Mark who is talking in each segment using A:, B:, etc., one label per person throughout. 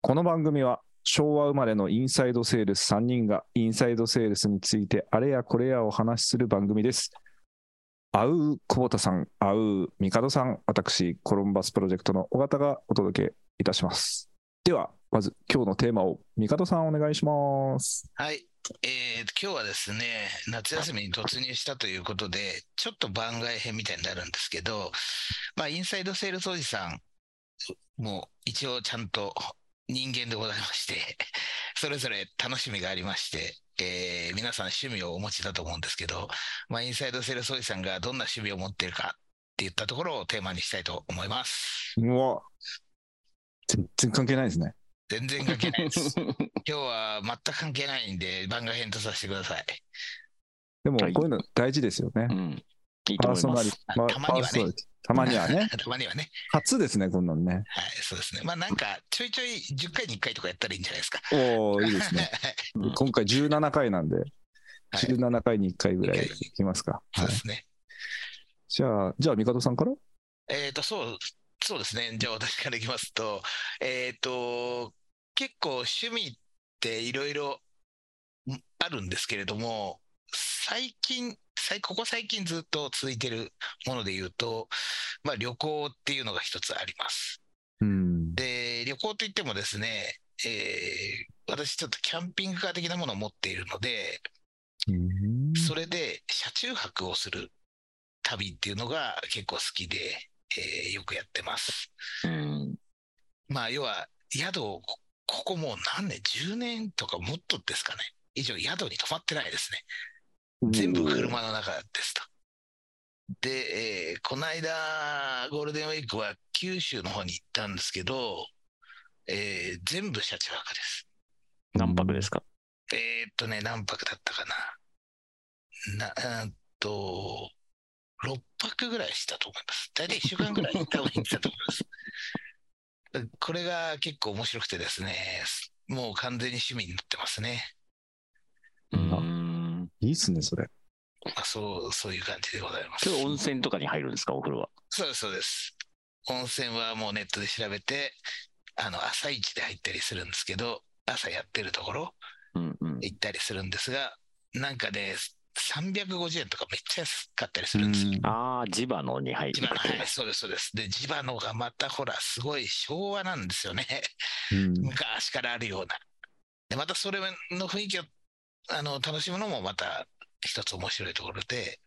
A: この番組は昭和生まれのインサイドセールス3人がインサイドセールスについてあれやこれやお話しする番組です。あう久保田さん、あう帝さん、私、コロンバスプロジェクトの尾形がお届けいたします。では、まず今日のテーマを帝さんお願いします。
B: はい、えー今日はですね、夏休みに突入したということで、ちょっと番外編みたいになるんですけど、まあ、インサイドセールスおじさんも一応ちゃんと人間でございまして、それぞれ楽しみがありまして、えー皆さん趣味をお持ちだと思うんですけど、まあ、インサイドセールスおじさんがどんな趣味を持っているかっていったところをテーマにしたいと思います。
A: うわ、全然関係ないですね。
B: 全然関係な いです。今日は全く関係ないんで、番外編とさせてください。
A: でも、こ
C: はい
A: ういうの大事ですよね
C: う。ん。いいと思います。
A: パーソナリ
B: たまにはね
A: パーソナリティたまには ね。
B: たまにはね。
A: 初ですね、こんなのね。
B: はい、そうですね。まあなんか、ちょいちょい10回に1回とかやったらいいんじゃないですか。
A: おー、いいです ね。
C: うん
A: 今回17回なんで、
B: はい
A: 17回に1回ぐらいいきますか。
B: そ
A: は
B: う
A: い
B: で、すね。
A: じゃあ、じゃあ、帝さんから
B: えっ、と、そう、そうですね。じゃあ私からいきますと、えっ、と、結構趣味っていろいろあるんですけれども、最近、最ここ最近ずっと続いてるもので言うと、まあ旅行っていうのが一つあります。
A: うん。
B: で、旅行といってもですね、えー私ちょっとキャンピングカー的なものを持っているので、それで車中泊をする旅っていうのが結構好きで、えーよくやってます。
C: うん。
B: まあ要は宿をこここもう何年 ?10 年とかもっとですかね。以上宿に泊まってないですね。全部車の中ですと。で、えーこの間ゴールデンウィークは九州の方に行ったんですけど、えー全部車中泊です。
C: 何泊ですか
B: えーっとね、何泊だったかな。な、うーんと、6泊ぐらいしたと思います。大体1週間ぐらい多分行ってたと思います。 これが結構面白くてですね、もう完全に趣味になってますね。
C: うん。
A: いいっすね、それ。
B: まあ、そう、そういう感じでございます
C: そ。れ温泉とかに入るんですかお風呂は。
B: そうです、そうです。温泉はもうネットで調べて、あの、朝一で入ったりするんですけど、朝やってるところ
C: うんうん。
B: 行ったりするんですが、なんかね、350円とかめっちゃ安かったりするんですよ。
C: ああ、地場のに入
B: ジ
C: る
B: バの、はい、そうです、そうです。で、ジバのがまたほら、すごい昭和なんですよね。
A: うん
B: 昔からあるような。で、またそれの雰囲気をあの楽しむのもまた一つ面白いところで、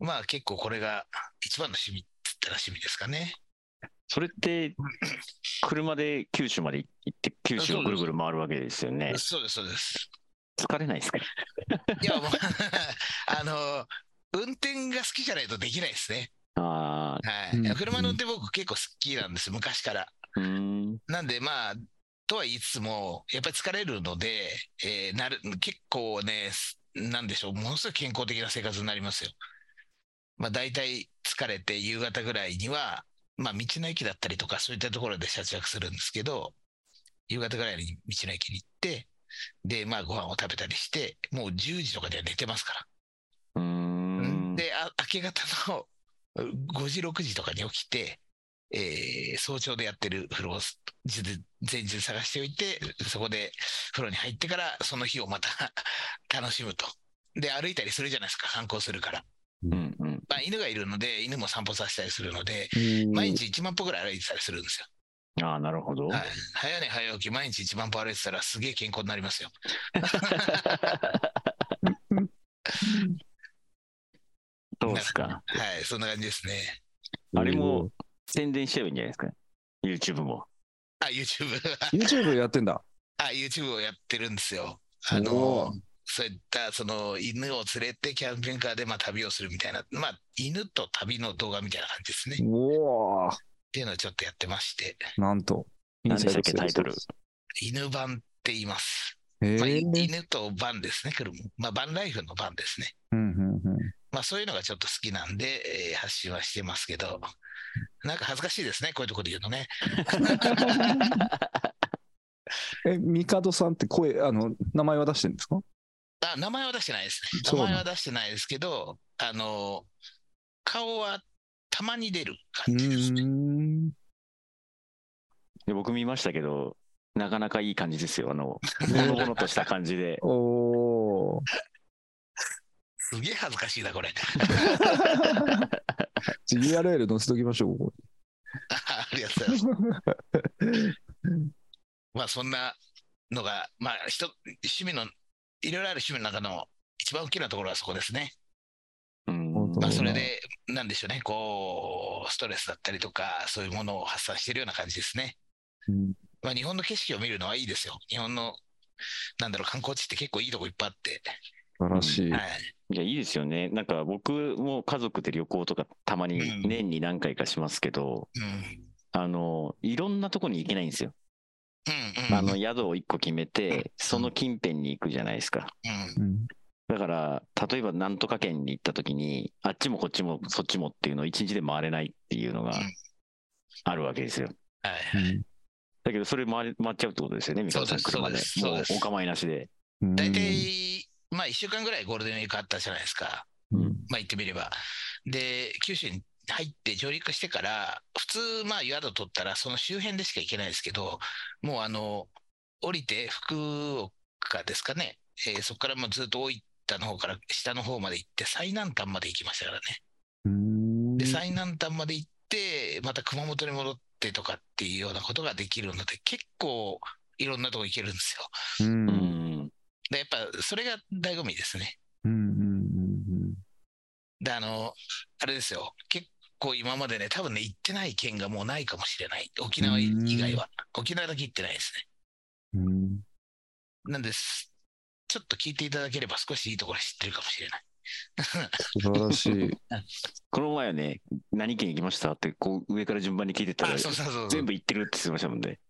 B: まあ結構これが一番の趣味って言ったら趣味ですかね。
C: それって、車で九州まで行って、九州をぐるぐる回るわけですよね。
B: そうです、そうです。
C: 疲れないですか
B: いや、もう あの、運転が好きじゃないとできないですね。
C: あ
B: はい。
A: うん
B: 車の運転僕結構好きなんです、昔から。
C: あ、うん。
B: なんでまあ、とは言いつつも、やっぱり疲れるので、えーなる結構ね、すなんでしょう、ものすごい健康的な生活になりますよ。まあ、大体疲れて夕方ぐらいには、まあ、道の駅だったりとか、そういったところで車中泊するんですけど、夕方ぐらいに道の駅に行って、で、まあ、ご飯を食べたりして、もう10時とかでは寝てますから。
C: うーん。
B: で、あ明け方のう5時、6時とかに起きて、えー早朝でやってる風呂をすじ前日探しておいて、そこで風呂に入ってから、その日をまた 楽しむと。で、歩いたりするじゃないですか、観光するから。
C: うんうん。
B: まあ、犬がいるので、犬も散歩させたりするので、
A: うん
B: 毎日1万歩ぐらい歩いてたりするんですよ。
C: ああ、なるほど。
B: はい、早寝早起き、毎日1万歩歩いてたら、すげえ健康になりますよ。
C: どうですか
B: はい、そんな感じですね。
C: あれも。宣伝しちゃえばいいんじゃないですか ?YouTube も。
B: あ、YouTube。
A: YouTube やってんだ。
B: あ、YouTube をやってるんですよ。あの
A: お、
B: そういった、その、犬を連れてキャンピングカーで、まあ、旅をするみたいな、まあ、犬と旅の動画みたいな感じですね。っ
A: おお、
B: ていうのをちょっとやってまして、
A: なんと。
C: 何でしたっけタイトル。
B: 犬版って言います。
A: へ
B: まあ、
A: え
B: い。犬とバンですね、車。まあ、バンライフのバンですね。
A: うんうんうん
B: まあ、そういうのがちょっと好きなんで、えー発信はしてますけど、なんか恥ずかしいですね、こういうところで言うのね。
A: え、帝さんって声、あの、名前は出してるんですか
B: あ、名前は出してないですね。
A: そう
B: 名
A: なの
B: 前は出してないですけど、あの、顔はたまに出る
A: う
B: 感じですね。
A: ーん。
C: で僕見ましたけど、なかなかいい感じですよ。あの、ほのぼのとした感じで。
A: おー
B: すげえ恥ずかしいな、これ。
A: じゃあ URL 載せときましょう、ここに
B: ありがとうございます。まあそんなのが、まあ人、趣味の、いろいろある趣味の中の一番大きなところはそこですね。
C: うん
A: 本当
B: まあ
A: うん
B: それで、なんでしょうね、こう、ストレスだったりとか、そういうものを発散しているような感じですね。
A: うん
B: まあ日本の景色を見るのはいいですよ。日本の、なんだろう、観光地って結構いいとこいっぱいあって。
A: 素晴らしい。
B: はい。
C: いや、いいですよね。なんか僕も家族で旅行とかたまに
B: うん
C: 年に何回かしますけど、
B: うん。
C: あの、いろんなとこに行けないんですよ。
B: うん、うん。
C: あ
B: う
C: の、
B: ん、
C: 宿を1個決めて、その近辺に行くじゃないですか。
A: うん
C: だから、例えばなんとか県に行った時に、あっちもこっちもそっちもっていうのを1日で回れないっていうのが
B: うん
C: あるわけですよ。
B: はい。
C: だけど、それ回れ回っちゃうってことですよね、三河さん、
B: そう
C: 車
B: で
C: で。
B: すそう
C: も
B: で
C: う
B: す
C: お構いなしで。
A: うん
B: 大体、まあ1週間ぐらいゴールデンウィークあったじゃないですか。
A: うん
B: まあ言ってみれば。で、九州に入って上陸してから、普通、まあ宿取ったらその周辺でしか行けないですけど、もうあの、降りて福岡ですかね。えーそこからもうずっと大分の方から下の方まで行って、最南端まで行きましたからね。
A: うん
B: で、最南端まで行って、また熊本に戻ってとかっていうようなことができるので、結構いろんなとこ行けるんですよ。
A: うん
C: う
A: うん
C: ん。
B: で、やっぱそれが醍醐味ですね。
A: うんうん
B: で、あの、あれですよ。結構今までね、多分ね、行ってない県がもうないかもしれない。沖縄以外は。沖縄だけ行ってないです
A: うんうん
B: ね。なんです。ちょっと聞いていただければ少しいいところ知ってるかもしれない。
A: 素晴らしい。
C: この前はね、何県行きましたって、こう上から順番に聞いてったら
B: あ、、そうそうそうそう
C: 全部行ってるって言ってましたもんね。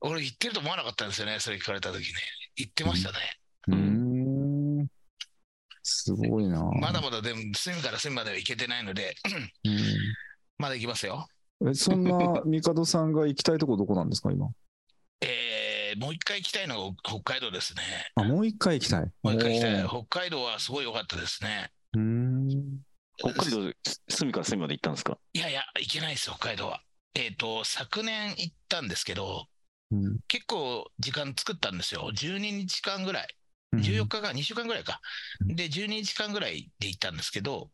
B: 俺行ってると思わなかったんですよね。それ聞かれた時ね。行ってましたね。
A: うんすごいな。
B: まだまだでも、隅から隅までは行けてないので、 まだ行きますよ。
A: うんえそんな帝さんが行きたいとこどこなんですか、今。
B: えー、もう一回行きたいのが北海道ですね。
A: あ、もう一回行きたい。
B: もう一回行きたい。
A: おー
B: 北海道はすごい良かったですね。
A: うん
C: 北海道、隅から隅まで行ったんですか
B: いやいや、行けないです、北海道は。えっ、と、昨年行ったんですけど、
A: うん
B: 結構時間作ったんですよ。12日間ぐらい。
A: うん
B: 14日間、2週間ぐらいか。
A: うん
B: で、12日間ぐらいで行ったんですけど、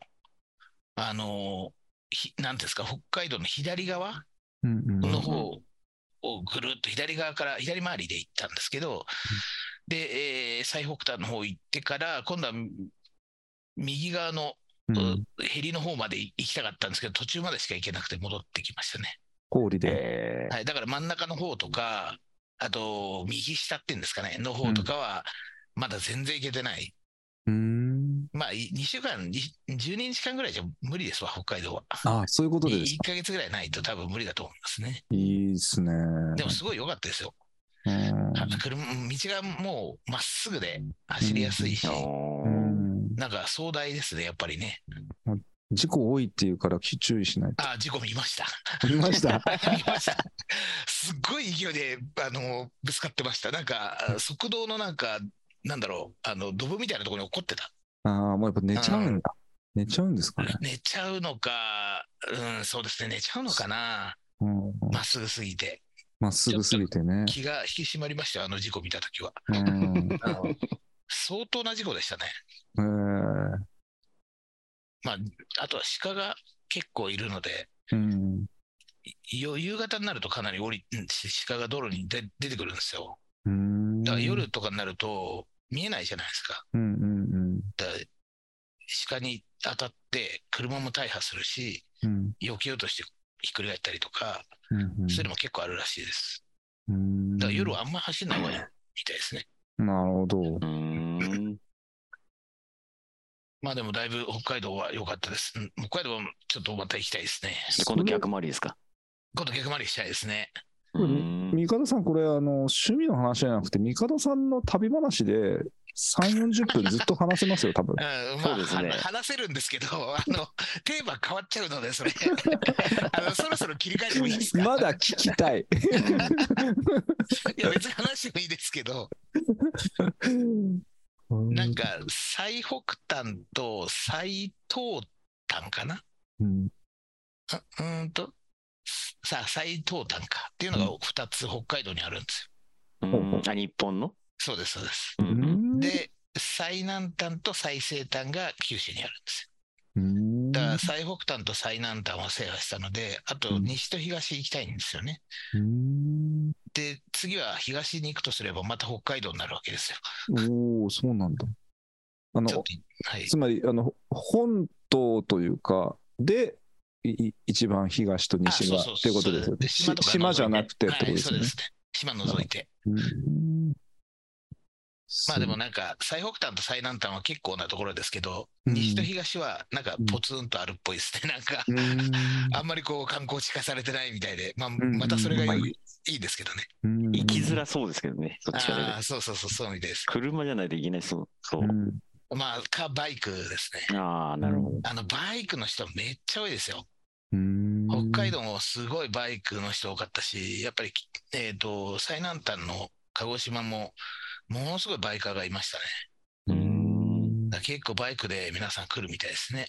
B: あのー、ひなんていうんですか、北海道の左側
A: うんうん
B: の方をぐるっと左側から、左回りで行ったんですけど、で、えー最北端の方行ってから、今度は右側の、
A: うん
B: ヘリの方まで行きたかったんですけど、途中までしか行けなくて戻ってきましたね。
A: 氷で。
C: え
B: はい、だから真ん中の方とか、あと右下っていうんですかね、の方とかは、まだ全然行けてない。
A: うん
B: まあ、い2週間、に12日間ぐらいじゃ無理ですわ、北海道は。
A: あ、そういうこと
B: い
A: です
B: 1
A: か。
B: ヶ月ぐらいないと多分無理だと思いますね。
A: いいですね。
B: でもすごい良かったですよ。
A: うん
B: あ車道がもうまっすぐで走りやすいし
C: ー、
A: うん
B: なんか壮大ですね、やっぱりね。
A: 事故多いっていうから注意しない
B: あ、事故見 ました。
A: と。見ました。
B: 見ました。すっごい勢いで、あの、ぶつかってました。なんか、側道のなんか、なんだろう、あの、ドブみたいなところに落っこってた。
A: ああ、もうやっぱ寝ちゃうんだ。寝ちゃうんですかね。
B: 寝ちゃうのか、うん、そうですね、寝ちゃうのかな。
A: うん
B: まっすぐすぎて。
A: まっすぐすぎてね。
B: 気が引き締まりましたよあの事故見たときは。
A: うん
B: あの相当な事故でしたね。
A: えー
B: まあ、あとは鹿が結構いるので、
A: うん
B: い夕方になるとかなり降りんし鹿が道路に出出てくるんですよ。
A: うん
B: だから夜とかになると見えないじゃないですか。
A: うんうん
B: だから鹿に当たって車も大破するし、
A: うんうん
B: 避けようとしてひっくり返ったりとか、
A: うんうん
B: そういうのも結構あるらしいです。
A: うん
B: だから夜はあんま走んない方がいいみたいですね。
A: なるほど
C: う。ーん。
B: まあでもだいぶ北海道は良かったです。うん北海道はちょっとまた行きたいですね。
C: で今度逆回りですか
B: 今度逆回りしたいですね。
A: うん
C: うーん
A: 三方さん、これ、あの、趣味の話じゃなくて、三方さんの旅話で、3、40分ずっと話せますよ、多分
B: う。ん、ま
C: そ
B: あ、
C: うですね
B: は話せるんですけど、 あの、テーマ変わっちゃうので、それ。 あの、そろそろ切り替えてもいい ですか
A: まだ聞きたい。
B: いや、別に話してもいいですけど、 なんか、最北端と最東端かな
A: うん、
B: あうーんと、さあ、最東端かっていうのが2つ北海道にあるんです
C: うん
A: ほうほう
C: あ、日本の
B: そうです、そうです。
C: うんうん
B: で、最南端と最西端が九州にあるんですよ。
A: うん
B: だから最北端と最南端を制覇したので、あと西と東行きたいんですよね。
A: うん
B: で、次は東に行くとすれば、また北海道になるわけですよ。
A: おお、そうなんだ。あの
B: ちょっと、はい。
A: つまりあの本島というかでいい一番東と
B: あ
A: 西が
B: そう
A: って
B: そう
A: いうことです
B: そう
A: よね。
B: す
A: し
B: 島とか
A: 島じゃなくてっ
B: 除い
A: てことですよ
B: はい、そうで
A: ね。
B: すね。島除いて。
A: うん
B: まあでもなんか、最北端と最南端は結構なところですけど、
A: うん
B: 西と東はなんかポツンとあるっぽいですね。なんか、
A: うん
B: あんまりこう観光地化されてないみたいで、まあ、
A: ん
B: またそれが
A: まあ
B: い
A: い
B: いいいですけどね。
A: うん
C: 行きづらそうですけどね、どっちかで。
B: ああ、そうそうそう、そうみたいです。
C: 車じゃないといけない、そう。そう
A: うん
B: まあ、か、バイクですね。
C: ああ、なるほど。
B: あの、バイクの人めっちゃ多いですよ。
A: うん
B: 北海道もすごいバイクの人多かったし、やっぱり、えっ、と、最南端の鹿児島も、ものすごいバイカーがいましたね。
C: うーん。
B: だから結構バイクで皆さん来るみたいですね。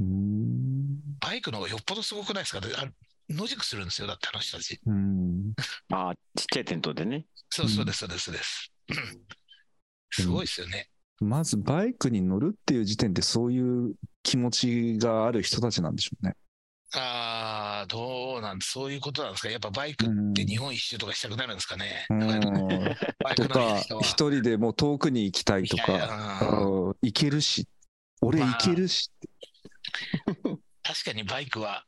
A: うん
B: バイクの方がよっぽどすごくないですかだってあれ野宿するんですよ、だってあの人たち。
A: うん
C: ああ、ちっちゃいテントでね。
B: そう
A: うん
B: そうです、そうです、そうです。うんすごいですよね。
A: まずバイクに乗るっていう時点でそういう気持ちがある人たちなんでしょうね。
B: ああ、どうなんそういうことなんですか。やっぱバイク
A: うん
B: って日本一周とかしたくなるんですかね。
A: う
B: だから
A: ん
B: バイク
A: と
B: の
A: か
B: 人は。
A: 一人でもう遠くに行きたいと
B: いやい
A: か
B: やうん
A: うん行けるし俺行けるし
B: 確かにバイクは、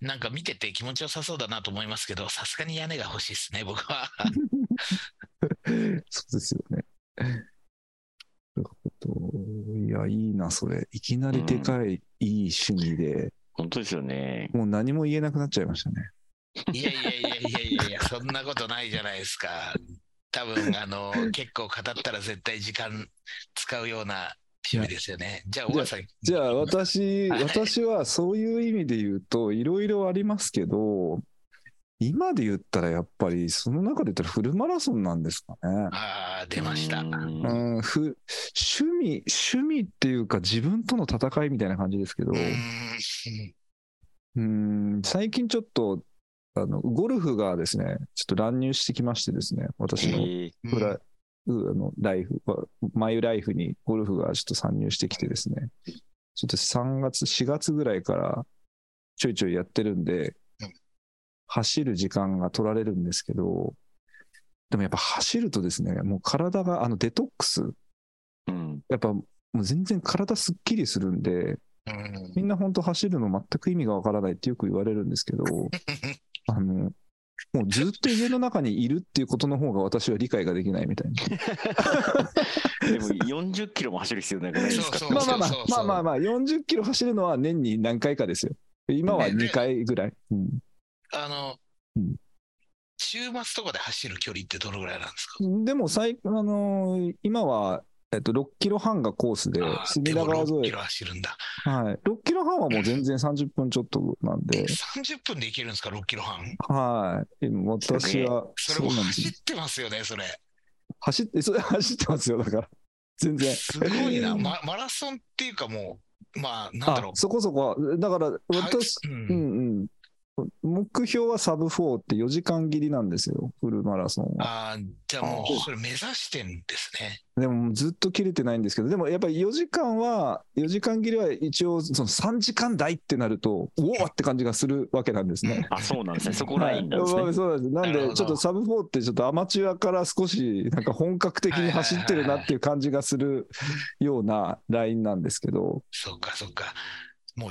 B: なんか見てて気持ちよさそうだなと思いますけど、さすがに屋根が欲しいですね、僕は。
A: そうですよね。なるほど。いや、いいな、それ。いきなりでかい、いい趣味で、
C: 本当ですよね。
A: もう何も言えなくなっちゃいましたね。
B: いやいやいやいやいやいや、そんなことないじゃないですか。多分、あの、結構語ったら絶対時間使うような趣味ですよね。じゃあ、小川さん。
A: じゃあ、私、
B: はい
A: 私はそういう意味で言うと、いろいろありますけど、今で言ったらやっぱり、その中で言ったらフルマラソンなんですかね。
B: ああ、出ました。は
C: うーん
A: うん、ふ趣味、趣味っていうか自分との戦いみたいな感じですけど、
B: うーん
A: うーん最近ちょっとあのゴルフがですね、ちょっと乱入してきましてですね、私の
C: へえ
A: プラ、うあのライフ、わマイライフにゴルフがちょっと参入してきてですね、ちょっと3月、4月ぐらいからちょいちょいやってるんで
B: うん、
A: 走る時間が取られるんですけど、でもやっぱ走るとですね、もう体が、あのデトックス、
C: うん。
A: やっぱもう全然体すっきりするんで、
B: うん
A: みんな本当走るの全く意味がわからないってよく言われるんですけど、あの、もうずっと家の中にいるっていうことの方が私は理解ができないみたいな。
C: でも40キロも走る必要なくないですか
B: そうそう
A: まあまあまあ
B: そう、
A: ま
B: そ
A: あ
B: う
A: まあまあ、40キロ走るのは年に何回かですよ。今は2回ぐらい。うん
B: あの
A: うん、
B: 週末とかで走る距離ってどのぐらいなんですか
A: でも最、あのー今は、えっと、6キロ半がコースで
B: あ、ー
A: 隅
B: で
A: 田
B: も
A: 川
B: 6
A: 沿
B: キ
A: い、
B: ロ走るんだ。
A: はい、6キロ半はもう全然30分ちょっとなん
B: え
A: で、
B: 30分で行けるんですか、6キロ半。
A: はい、今私は、
B: それも
A: うなんです
B: 走ってますよね、それ。
A: 走って、それ 走ってますよ、だから。全然。
B: すごいな、まマラソンっていうかもう、まあ、なんだろ
A: あ、そこそこは、だから、
B: う。
A: 私、
B: はい
A: う
B: う
A: んんうん。目標はサブ4って4時間切りなんですよ、フルマラソンは。
B: あーじゃあも
A: あ
B: う、それ目指してんですね。
A: でもずっと切れてないんですけど、でもやっぱり4時間は、4時間切りは一応その3時間台ってなると、うおーって感じがするわけなんですね。
C: あ、そうなんですね。そこラインなんです
A: はい
C: ね。
A: そうなんです。なん
B: なるほ
A: で、
B: ど
A: ちょっとサブ4ってちょっとアマチュアから少しなんか本格的に走ってるなっていう感じがするようなラインなんですけど、。
B: そっかそっか。もう、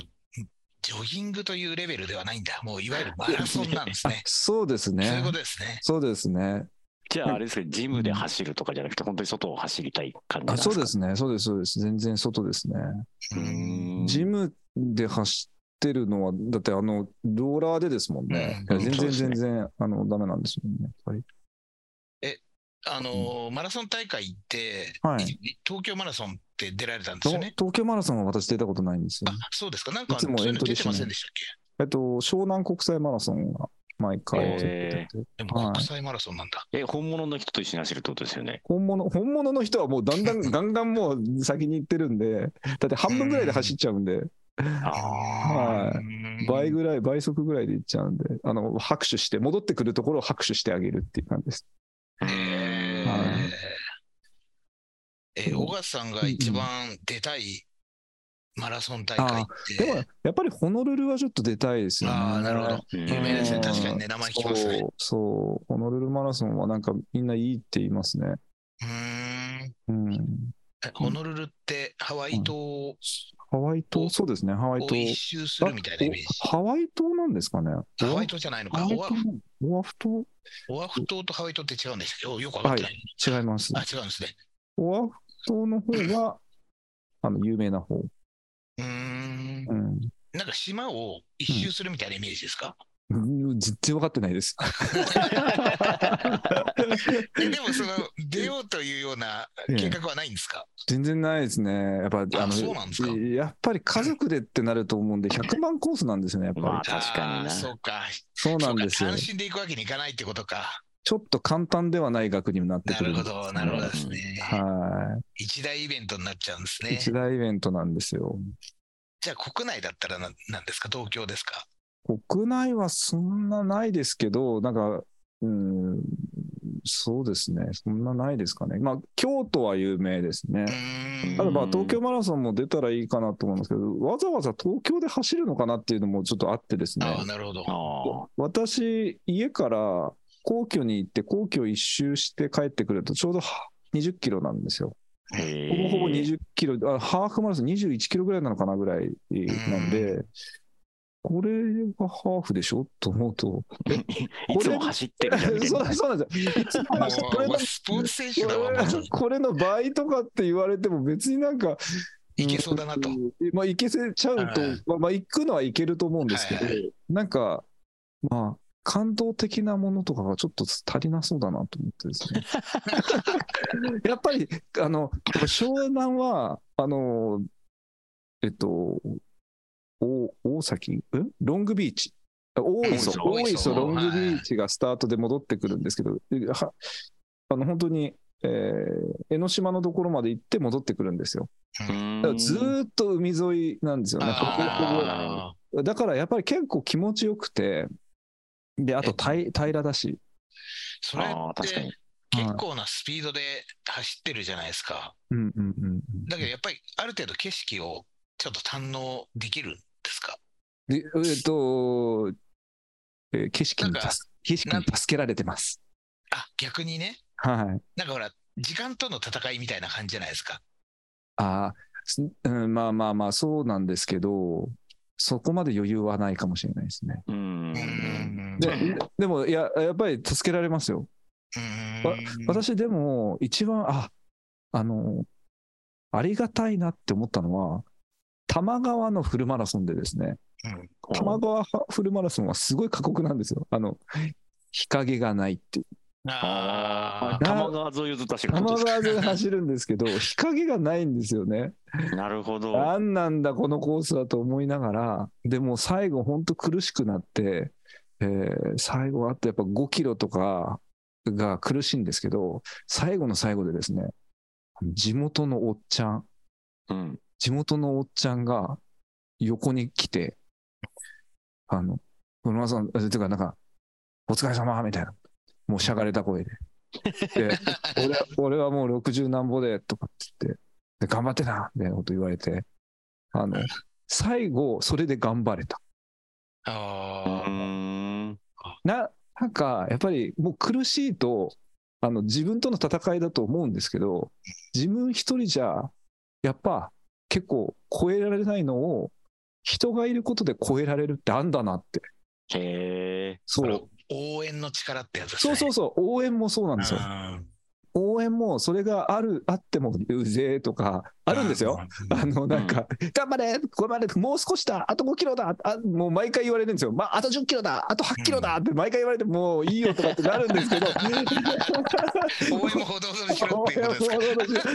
B: ジョギングというレベルではないんだ。もう、いわゆるマラソンなんですね
A: そうですね。
B: そういうことですね。
A: そうですね。
C: じゃあ、あれですけど、ジムで走るとかじゃなくて、本当に外を走りたい感じなん
A: あ
C: ですか
A: そうですね。そうです、そうです。全然外ですね。
C: うーん。
A: ジムで走ってるのは、だってあの、ローラーでですもんね。
B: うん
A: いや全
C: そう
A: 然
C: です
A: 全
C: ね
A: 然、あの、ダメなんですよね。やっぱり。
B: あのーマラソン大会行って、
A: はい
B: い東京マラソンって出られたんです
A: と
B: よね。
A: 東京マラソンは私出たことないんですよ
B: あ。、そうですか。なんか、
A: いつも
B: そうい
A: エ
B: う
A: ン
B: の
A: トリー
B: 出
A: してない
B: ませんでしたっけ
A: えっと、湘南国際マラソンが毎回出て
C: へ
A: て、
B: で
A: はい
B: も、国際マラソンなんだ。
C: え、本物の人と一緒に走るってことですよね。
A: 本物、本物の人はもうだんだ ん、ガンガンもう先に行ってるんで、だって半分ぐらいで走っちゃうんで、
C: あ
A: はいう
B: ーん
A: 倍ぐらい、倍速ぐらいで行っちゃうんで、あの、拍手して、戻ってくるところを拍手してあげるっていう感じです。
C: あ。
B: へえ
A: はい
B: えー小笠さんが一番出たいマラソン大会って、
A: でもやっぱりホノルルはちょっと出たいですよね。
B: ああ、なるほど。
C: 有
B: 有名ですね。
A: うん
B: 確かにね、名前聞きますね。
A: そうそう、ホノルルマラソンはなんかみんないいって言いますね。
B: うーん。
A: うん、
B: えホノルルってハワイ島を
A: ハワイ島、
B: お
A: そうですね、ハワイ島。
B: 一周するみたいなイメージ。
A: あおハワイ島なんですかね。
B: ハワイ島じゃないの
A: ハ
B: か。
A: ワイ
B: オ
A: 島
B: ア
A: な
B: フ
A: のオアフ島
B: オアフ島とハワイ島って違うんですよ。よくわかってない。
A: 違います。
B: あ、違うんですね。
A: オアフ島の方 が、あの、有名な方。
B: うーん。
A: うん。
B: なんか島を一周するみたいなイメージで すか、
A: うん全然分かってない です。
B: えでもその出ようというような計画はないんですか、
A: 全然ないですね。やっぱ、
B: あそうなんですか
A: やっぱり家族でってなると思うんで、100万 コースなんですよね、やっぱり。
C: まあ確かに
B: あー
C: な。
B: そうか。
A: そうなんです
B: そう
A: よ
B: か。単。身で行くわけにいかないってことか。
A: ちょっと簡単ではない額にもなって
B: な
A: くる
B: る
A: んで
B: ほ
A: すね、
B: ど、なるほどですね。
A: は
B: 一大イベントになっちゃうんです
A: い。
B: ね。
A: 一大イベントなんですよ。
B: じゃあ国内だったらななんですか東京ですか
A: 国内はそんなないですけど、なんか、うん、そうですね。そんなないですかね。まあ、京都は有名ですね
B: う。ー
A: ただ
B: ん。
A: まあ
C: うん
A: 東京マラソンも出たらいいかなと思うんですけど、わざわざ東京で走るのかなっていうのもちょっとあってですね、
B: ああ、なるほど。
C: あ
A: 私、家から皇居に行って、皇居一周して帰ってくると、ちょうどは20キロなんですよ。
C: あ。へ
A: ほぼ
C: え
A: ほぼ20キロ、あハーフマラソン21キロぐらいなのかなぐらいなんで、これがハーフでしょと思うと、
C: いつも走ってるじゃんみた い
A: そ
C: な
A: う。そうなんですよ。いつも
B: もう
A: これの
B: もうスポーツ選手だわ、もう
A: これの倍とかって言われても別になんか
B: いけそうだなと。
A: んまあいけせちゃうと、
B: うん
A: まあ、まあ行くのはいけると思うんですけど、
B: はい
A: なんかまあ感動的なものとかがちょっと足りなそうだなと思ってですね。やっぱりあの湘南はあのえっとお大崎んロングビーチ大磯
C: 大
A: 大
B: 磯
A: 磯ロングビーチがスタートで戻ってくるんですけど、はあの本当に、えー江ノ島のところまで行って戻ってくるんですよ。だからずーっと海沿いなんですよね。
C: あ
B: あ
A: ほぼほぼだからやっぱり結構気持ちよくて、で、あと平平らだし、
B: ーそれ
C: ああ、
B: っ
C: 確か
B: て
C: に。
B: 結構なスピードで走ってるじゃないですか。
A: うんうんうんうん
B: だけどやっぱりある程度景色をちょっと堪能できるんですか
A: で、えっと、えー景色に助景色に助けられてます。
B: あ、逆にね。
A: はい。
B: なんかほら、時間との戦いみたいな感じじゃないですか。
A: あー、すうん、まあまあまあ、そうなんですけど、そこまで余裕はないかもしれないですね。
C: う。
B: うんん
A: ででも、いや、やっぱり助けられますよ。わ私でも一番ああのありがたいなって思ったのは多摩川のフルマラソンでですね多摩川フルマラソンはすごい過酷なんですよあの日陰がないっていう
B: あ
C: ああ、玉川沿いをずっと走る
A: 多
C: ってこと
A: 摩
C: です
A: 川で走るんですけど 日陰がないんですよね
C: か。なるほど。
A: なんなんだこのコースだと思いながらでも最後ほんと苦しくなって、えー最後あとやっぱ5キロとかが苦しいんですけど最後の最後でですね地元のおっちゃん
C: うん。
A: 地元のおっちゃんが横に来て、あの、野村さん、えてか、なんか、お疲れ様みたいな、もうしゃがれた声で。で、俺は俺はもう60なんぼで、とかって言って、で、頑張ってな、みたいなこと言われて、あの、最後、それで頑張れた。
C: う
B: あー。
C: ーん。
A: な、なんか、やっぱりもう苦しいと、あの、自分との戦いだと思うんですけど、自分一人じゃ、やっぱ結構超えられないのを、人がいることで超えられるってあんだなって。
C: へえ。
A: そ
B: あ
A: う
B: の。応援の力ってやつです
A: そ
B: ね。
A: うそうそう、応援もそうなんですよ。応援も、それがある、あってもうぜえとか、あるんですよ。あの、なんか、頑張れ、これまで、もう少しだ、あと5キロだ、あもう毎回言われるんですよ、まあ、あと10キロだ、あと8キロだって毎回言われて、もういいよとかってなるんですけど、
B: うん。応援もほどほどにしろっていうこ とですか。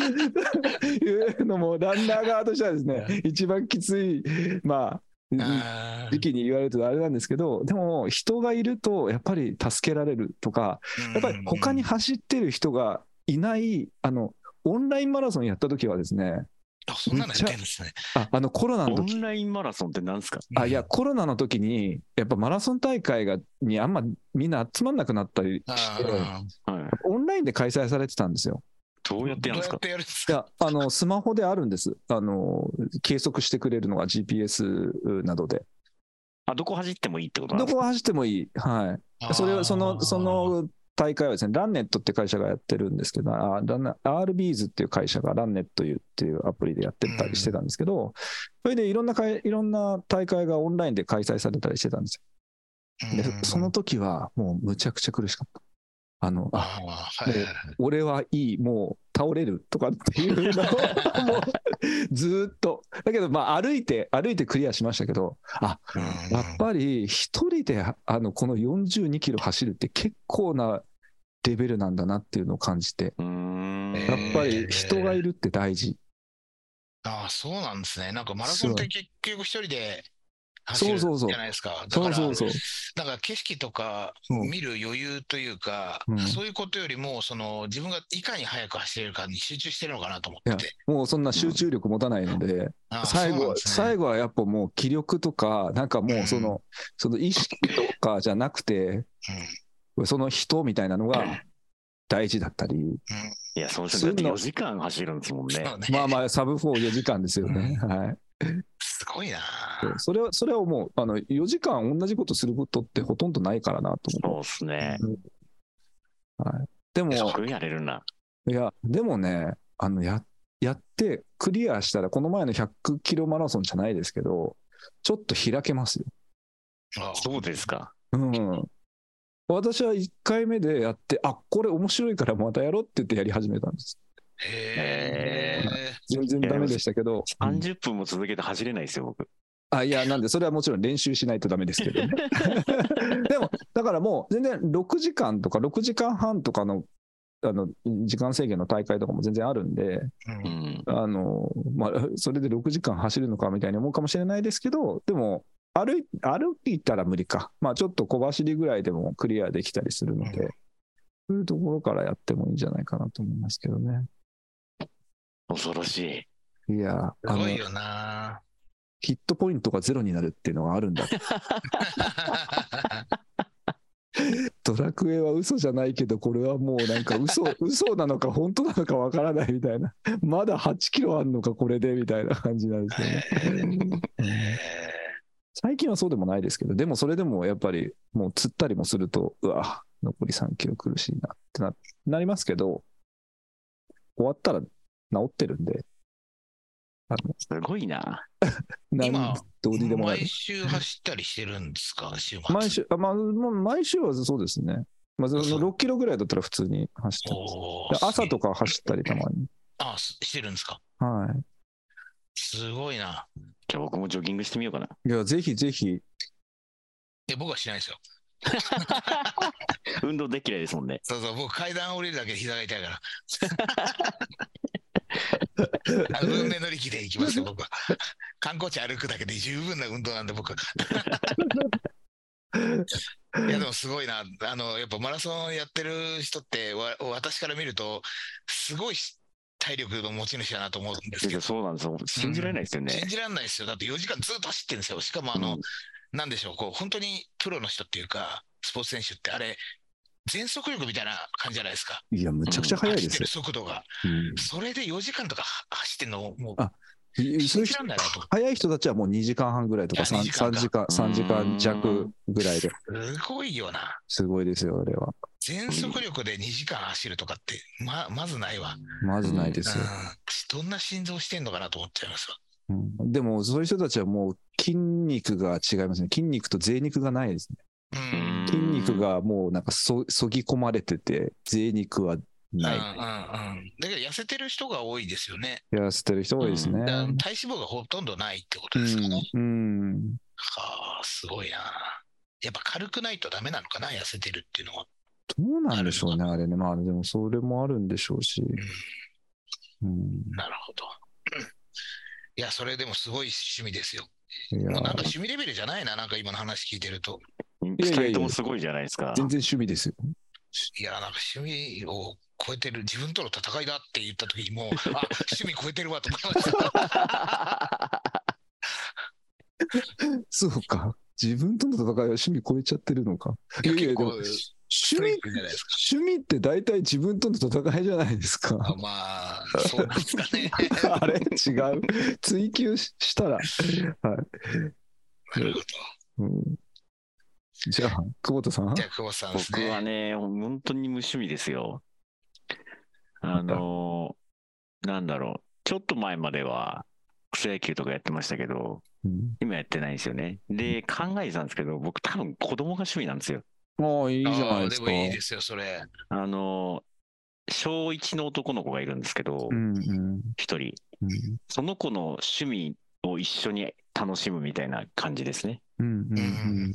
A: いうのも、ランナー側としてはですね、一番きつい、まあ、
B: あー
A: 時期に言われるとあれなんですけど、でも、人がいると、やっぱり助けられるとか、やっぱり他に
B: うん
A: 走ってる人がいない、あの、オンラインマラソンやった時はですね、
B: あそんなのやってんですね。
A: ああのコロナの
C: オ
A: 時
C: ンラインマラソンってなんですか
A: あいや、コロナの時に、やっぱマラソン大会がにあんまみんな集まんなくなったりして、
B: あー
C: はい。
A: オオンラインで開催されてたんですよ。
C: どうやってや
B: どう
C: る
B: んや
C: です
B: っ
C: か
B: てやるんです
A: い
B: か
A: や、あの、スマホであるんです。あの、計測してくれるのが GPS などで。
C: あ、どこ走ってもいいってことな
A: ど
C: んです
A: こ
C: か
A: を走ってもいい。はい。それをその、そ、の大会はですね、ランネットって会社がやってるんですけど、あランナ RBs っていう会社がランネットいうっていうアプリでやってたりしてたんですけど、それでいろんなかい、いろんな大会がオンラインで開催されたりしてたんです
B: あ
A: よ。
B: ー
A: で、その、時はもうむちゃくちゃ苦しかった。あの、
B: うん
A: あ、
B: あーはいはいはい
A: 俺はいい、もう倒れるとかっていうのを もうずーっと。だけど、まあ歩いて、歩いてクリアしましたけど、あ、
B: うん
A: やっぱり一人であのこの42キロ走るって結構なレベルなんだなっていうのを感じて、
C: うーん。
A: やっぱり人がいるって大事。
B: ああ、そうなんですね。なんかマラソンって結局一人で走
A: そう
B: る
A: そうそう
B: じゃないですか。だ
A: そ
B: か
A: う
B: ら、
A: そうそう。
B: なんか景色とか
A: うん
B: 見る余裕というか、
A: うん
B: そういうことよりも、その自分がいかに速く走れるかに集中してるのかなと思
A: いや
B: って。
A: もうそんな集中力持たないので、
B: ああ
A: 最
B: そうな
A: 後
B: ん、ですね
A: 最後はやっぱもう気力とか、なんかもうその、その意識とかじゃなくて、その人みたいなのが大事だったり、
C: いや、そうです
A: そうい
C: よ
A: う
C: ね。
A: の
C: 4時間走るんですもん
B: うん
C: ね。
B: そうね
A: まあまあ、サブ44時間ですよね。はい。
B: すごいな。
A: それは、それはもう、あの、4時間同じことすることってほとんどないからなと
C: そう
A: 思う。
C: ですね。
A: でも、
C: よくやれるな。
A: いや、でもね、あの、や、やって、クリアしたら、この前の100キロマラソンじゃないですけど、ちょっと開けますよ。
B: ああ
C: そうですか。
A: うん。私は1回目でやって、あ、これ面白いからまたやろうって言ってやり始めたんです。
B: へえ。
A: 全然ダメでしたけど。うん
C: 30分も続けて走れないですよ、僕。
A: あいや、なんで、それはもちろん練習しないとダメですけど ね。でも、だからもう、全然6時間とか、6時間半とかの、あの時間制限の大会とかも全然あるんで、
B: うん
C: うん。
A: あのまあ、それで6時間走るのかみたいに思うかもしれないですけど、でも歩い、歩いたら無理か、まあ、ちょっと小走りぐらいでもクリアできたりするので、
B: う
A: そ
B: ん
A: ういうところからやってもいいんじゃないかなと思いますけどね。
C: 恐ろしい。
A: いやー、
B: す
A: あの
B: ごい よな。
A: ヒットポイントがゼロになるっていうのがあるんだ。ドラクエは嘘じゃないけど、これはもうなんか嘘、 嘘なのか本当なのかわからないみたいな、まだ8キロあるのか、これでみたいな感じなんですよね。
B: へ
A: 最近はそうでもないですけど、でもそれでもやっぱり、もう釣ったりもすると、うわ、残り3キロ苦しいなってななりますけど、終わったら治ってるんで、あの
C: すごいな。
A: 何
B: 今
A: どう
B: え
A: にでもなる
B: 毎。週走ったりしてるんですか、週末。
A: 毎週、あまあ、もう毎週はそうですね。まあ、その6キロぐらいだったら普通に走ってます。
B: お
A: で
B: ー。
A: 朝とか走ったりたまに。
B: ああ、すしてるんですか。
A: は
B: すごいな。
C: じゃあ僕もジョギングしてみようかな。
A: い。いや、ぜひぜひ、
B: いや、僕はしないですよ。
C: 運動できないですもんね。
B: そうそう、僕階段降りるだけで膝が痛い から。あの文明の力で行きますよ、僕は。観光地歩くだけで十分な運動なんで、 僕は。いや、でもすごいな。あの、やっぱマラソンやってる人って、わ私から見ると、すごいし体力の持ち主だなと思うんですけど、
C: そうなんですよ。信じられないですよね
B: 信。じられないですよ。だって4時間ずっと走ってるんですよ。しかも、あの、
C: うん
B: なんでしょう、こう、本当にプロの人っていうか、スポーツ選手って、あれ、全速力みたいな感じじゃないですか。
A: いや、むちゃくちゃ速い
B: 走
A: で
B: って
A: す
B: る
A: よ。
B: 速度が。それで4時間とかは走ってんの、もう、
A: あうんそういう
B: 信じ
A: 人
B: らんないなと。
A: 速い人たちはもう2時間半ぐらいとか
B: あ
A: 3,
B: 2時間か
A: 時間、3時間弱ぐらいで、
B: すごいよな。
A: すごいですよ、あれは。
B: 全速力で2時間走るとかって、ま、まずないわ。
A: まずないですよ。
B: うん。どんな心臓してんのかなと思っちゃいますわ。
A: うんでも、そういう人たちはもう筋肉が違いますね。筋肉と贅肉がないですね。
B: う。
C: うんん
A: 筋肉。がもうなんかそそぎ込まれてて、贅肉は
B: うんうん
A: ない。
B: うん、だけど痩せてる人が多いですよね。
A: やらせてる人多いですね。
B: だから体脂肪がほとんどないってことですかね。
A: うん。うん
B: はあ、すごいな。やっぱ軽くないとダメなのかな、痩せてるっていうのは。
A: どうなんでしょうね、あれね。まあ、でもそれもあるんでしょうし。うん。
B: なるほど。いや、それでもすごい趣味ですよ。
A: いや
B: もうなんか趣味レベルじゃないな、なんか今の話聞いてると。
A: やいやいや
C: 2人ともすごいじゃないですか。
A: 全然趣味ですよ。
B: いや、なんか趣味を超えてる、自分との戦いだって言った時 にもう、あ、趣味超えてるわと思いました。
A: そうか。自分との戦いは趣味超えちゃってるのか。いやいや、
B: 結
A: でも
B: 構、
A: 趣味
B: ストイックじゃないで すか。
A: 趣味って大体自分との戦いじゃないです
B: あ
A: か。
B: まあ、そうですか ね。
A: あれ違う。追求ししたら。
B: なるほ
A: う
B: ど
A: んじゃあ、久保田さん
B: じゃあ、久保さんです
C: 僕は
B: ね。
C: ね、本当に無趣味ですよ。あのーなんだろう。ちょっと前までは草野球とかやってましたけど、
A: うん
C: 今やってないんですよね。で、考えてたんですけど、僕多分子供が趣味なんですよ。
A: もういいじ
B: あ
A: ゃない
B: あ
A: です
B: で
A: か。
B: もいいですよ、それ。
C: あのー小1の男の子がいるんですけど
A: う、んうん
C: 一、人。
A: うん
C: その子の趣味を一緒に楽しむみたいな感じですね。
A: うんうんうん